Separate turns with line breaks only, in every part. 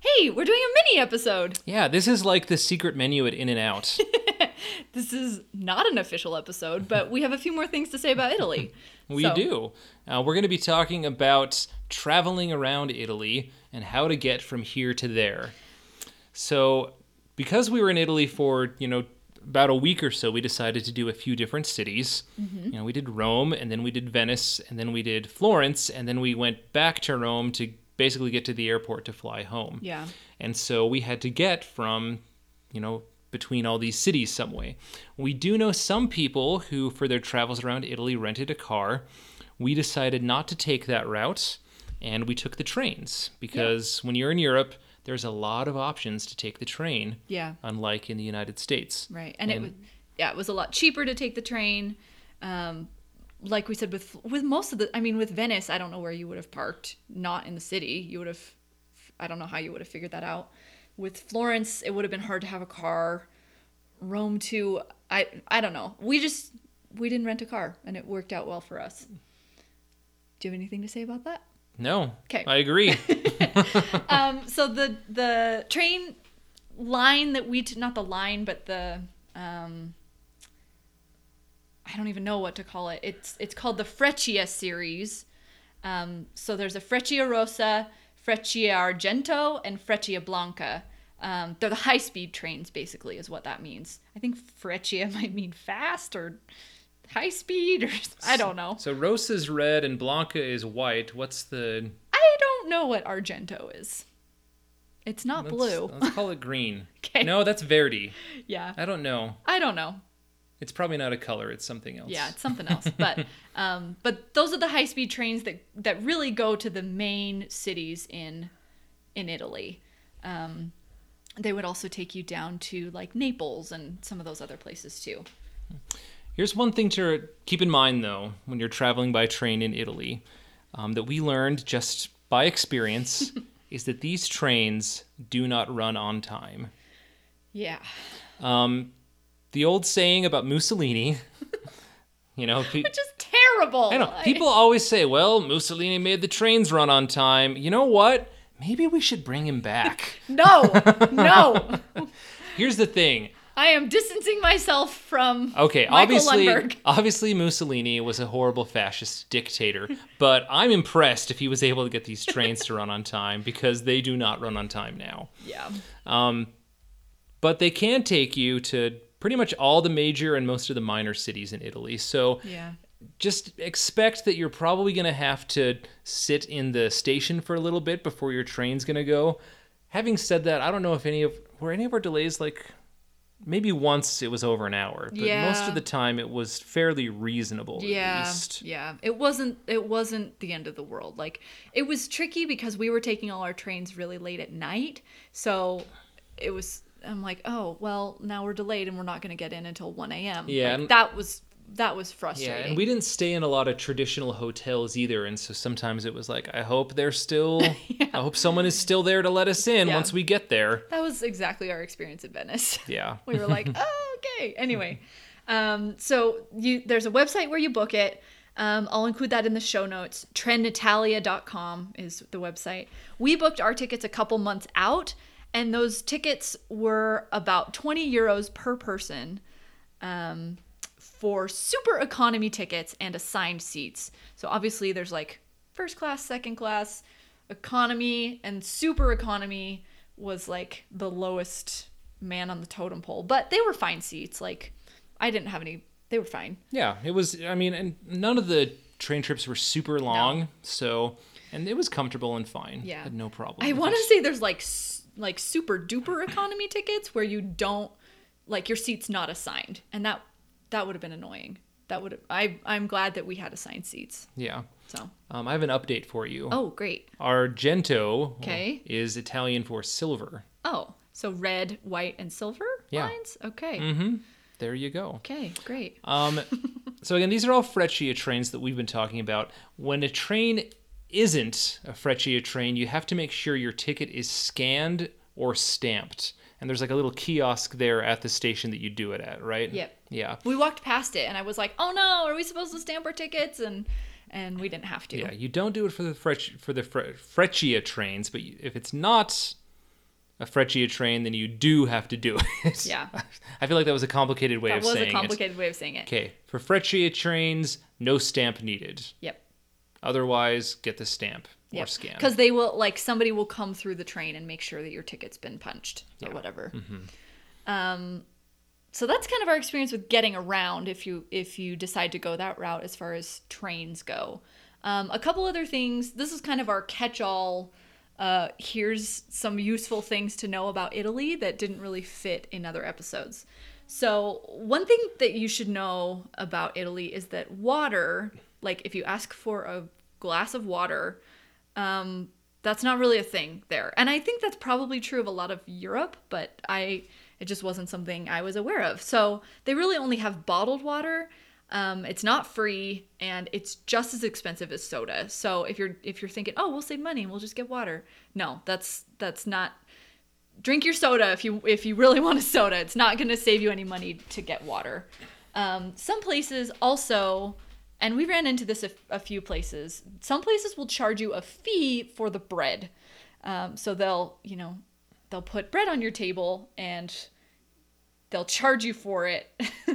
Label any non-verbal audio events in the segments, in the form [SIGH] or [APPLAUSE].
Hey, we're doing a mini episode.
Yeah, this is like the secret menu at In
[LAUGHS]
and Out.
This is not an official episode, but we have a few more things to say about Italy.
[LAUGHS] We
So,
do. Uh, we're going to be talking about traveling around Italy and how to get from here to there. So, because we were in Italy for, you know, about a week or so, we decided to do a few different cities.
Mm-hmm.
You know, we did Rome, and then we did Venice, and then we did Florence, and then we went back to Rome to basically get to the airport to fly home.
Yeah.
And so we had to get from, you know, between all these cities some way. We do know some people who, for their travels around Italy, rented a car. We decided not to take that route and we took the trains because when you're in Europe, there's a lot of options to take the train,
Yeah.
unlike in the United States.
Right. And, it
And-
was yeah, it was a lot cheaper to take the train. Um like we said with with most of the I mean with Venice, I don't know where you would have parked, not in the city. You would have I don't know how you would have figured that out. With Florence, it would have been hard to have a car. Rome too, I I don't know. We just we didn't rent a car and it worked out well for us. Do you have anything to say about that?
No,
'Kay.
I
[LAUGHS]
agree.
um, so the the train line that we t- not the line but the um, I don't even know what to call it. It's it's called the Freccia series. Um, so there's a Freccia Rossa, Freccia Argento, and Freccia Blanca. Um, they're the high speed trains, basically, is what that means. I think Freccia [LAUGHS] might mean fast or high speed, or I don't know.
so Rosa's red and Blanca is white. What's the
I don't know what Argento is. It's not
let's-
blue.
Let's call
[LAUGHS]
it green.
'Kay.
No, that's Verdi.
Yeah.
I don't know.
I don't know.
It's probably not a color. It's something else.
Yeah, it's something
[LAUGHS]
else. But um, but those are the high speed trains that that really go to the main cities in in Italy. Um, they would also take you down to like Naples and some of those other places too.
Here's one thing to keep in mind, though, when you're traveling by train in Italy, um, that we learned just by experience is that these trains do not run on time.
Yeah.
The old saying about Mussolini, you know, pe-
Which is terrible.
I know people always say, "Well, Mussolini made the trains run on time." You know what? Maybe we should bring him back.
[LAUGHS] No,
[LAUGHS]
no.
Here's the thing.
I am distancing myself from
Okay,
Michael
obviously,
Lundberg. [LAUGHS]
[LAUGHS] obviously Mussolini was a horrible fascist dictator, but I'm impressed if he was able to get these trains to run on time because they do not run on time now.
Yeah.
But they can take you to pretty much all the major and most of the minor cities in Italy. So
Yeah.
just expect that you're probably going to have to sit in the station for a little bit before your train's going to go. Having said that, I don't know if any of were any of our delays like maybe once it was over an hour, but most
Yeah.
of the time it was fairly reasonable. At
yeah
least.
yeah it wasn't it wasn't the end of the world like it was tricky because we were taking all our trains really late at night so it was i'm like oh well now we're delayed and we're not going to get in until 1 a.m
Yeah,
Like,
and-
that was that was
Yeah,
frustrating
and we didn't stay in a lot of traditional hotels either, and so sometimes it was like, I hope they're still,
[LAUGHS]
I hope someone is still there to let us in
Yeah.
once we get there.
that was exactly our experience in venice [LAUGHS]
Yeah,
we were like, oh, okay. Anyway, um, so you there's a website where you book it. Um, I'll include that in the show notes. Trenditalia.com is the website. We booked our tickets a couple months out, and those tickets were about 20 euros per person um, for super economy tickets and assigned seats. So obviously, there's like first class, second class, economy, and super economy was like the lowest man on the totem pole. But they were fine seats. Like, I didn't have any, they were fine.
yeah, it was. I mean, and none of the train trips were super long, so and it was comfortable and fine.
Yeah.
had no problem.
I
with
want
it.
to say there's like s- like super duper economy tickets where you don't like your seat's not assigned, and that that would have been annoying. That would have I I'm glad that we had assigned seats.
Yeah,
So
um, I have an update for you.
oh great
Argento,
Okay.
is Italian for silver.
oh so red white and silver
Yeah. Mm-hmm.
lines okay
There you go.
okay great
Um, [LAUGHS] so again, these are all Freccia trains that we've been talking about. When a train isn't a Freccia train, you have to make sure your ticket is scanned or stamped. And there's like a little kiosk there at the station that you do it at, right?
Yep.
Yeah.
we walked past it and I was like oh no are we supposed to stamp our tickets and and we didn't have to
Yeah. You don't do it for the Frec- for the Fre- Freccia trains, but you, if it's not a Freccia train, then you do have to do it.
Yeah.
[LAUGHS] I feel like that was a complicated way
That
of
was
saying
a
it.
complicated way of saying it.
Okay, for Freccia trains, no stamp needed.
Yep.
Otherwise, get the stamp or
Yep.
scan.
Because they will like somebody will come through the train and make sure that your ticket's been punched or whatever. Um, so that's kind of our experience with getting around if you if you decide to go that route as far as trains go. Um, a couple other things. This is kind of our catch-all. Uh, here's some useful things to know about Italy that didn't really fit in other episodes. So one thing that you should know about Italy is that water, like if you ask for a glass of water, um, that's not really a thing there. And I think that's probably true of a lot of Europe, but I it just wasn't something I was aware of. So they really only have bottled water. Um, it's not free and it's just as expensive as soda. So if you're if you're thinking, oh, we'll save money and we'll just get water, no, that's that's not. Drink your soda if you if you really [LAUGHS] want a soda. It's not going to save you any money to get water. Um, some places also and we ran into this a, a few places. Some places will charge you a fee for the bread. Um, so they'll, you know, they'll put bread on your table and they'll charge you for it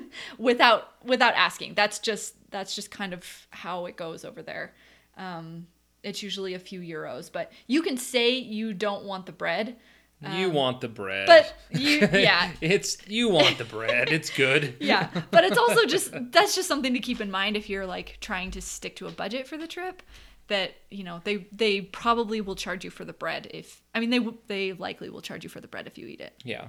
[LAUGHS] without without asking. That's just that's just kind of how it goes over there. Um, it's usually a few euros, but you can say you don't want the bread,
you want the bread.
um,
[LAUGHS]
but you yeah,
it's you want the bread. It's good.
[LAUGHS] yeah but it's also just that's just something to keep in mind if you're like trying to stick to a budget for the trip that you know they they probably will charge you for the bread if i mean they w- they likely will charge you for the bread if you eat it
Yeah.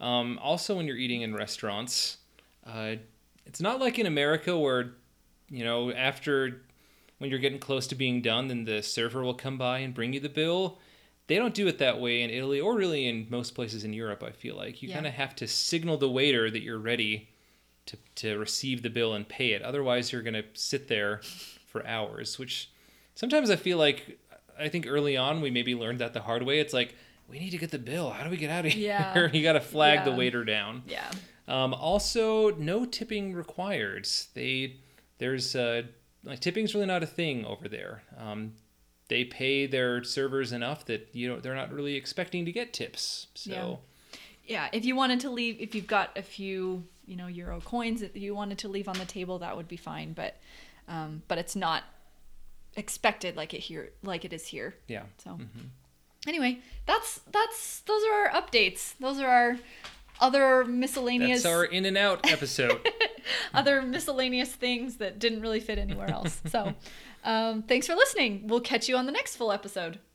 Um, also, when you're eating in restaurants, uh, it's not like in America where, you know, after when you're getting close to being done, then the server will come by and bring you the bill. They don't do it that way in Italy or really in most places in Europe, I feel like. You
Yeah.
kind of have to signal the waiter that you're ready to, to receive the bill and pay it. Otherwise, you're going to sit there for hours, which sometimes I feel like I think early on we maybe learned that the hard way. It's like, we need to get the bill. How do we get out of here?
Yeah.
[LAUGHS] you got to flag the
Yeah.
waiter down.
yeah
Um, also, no tipping required. They there's uh, like tipping's really not a thing over there. Um, they pay their servers enough that you know they're not really expecting to get tips. So
Yeah. yeah if you wanted to leave if you've got a few you know euro coins that you wanted to leave on the table that would be fine but um but it's not expected like it here like it is here
yeah,
So
Mm-hmm.
anyway, that's that's those are our updates. Those are our other miscellaneous
that's our in and out episode.
other miscellaneous things
[LAUGHS]
that didn't really fit anywhere else. so um, thanks for listening. We'll catch you on the next full episode.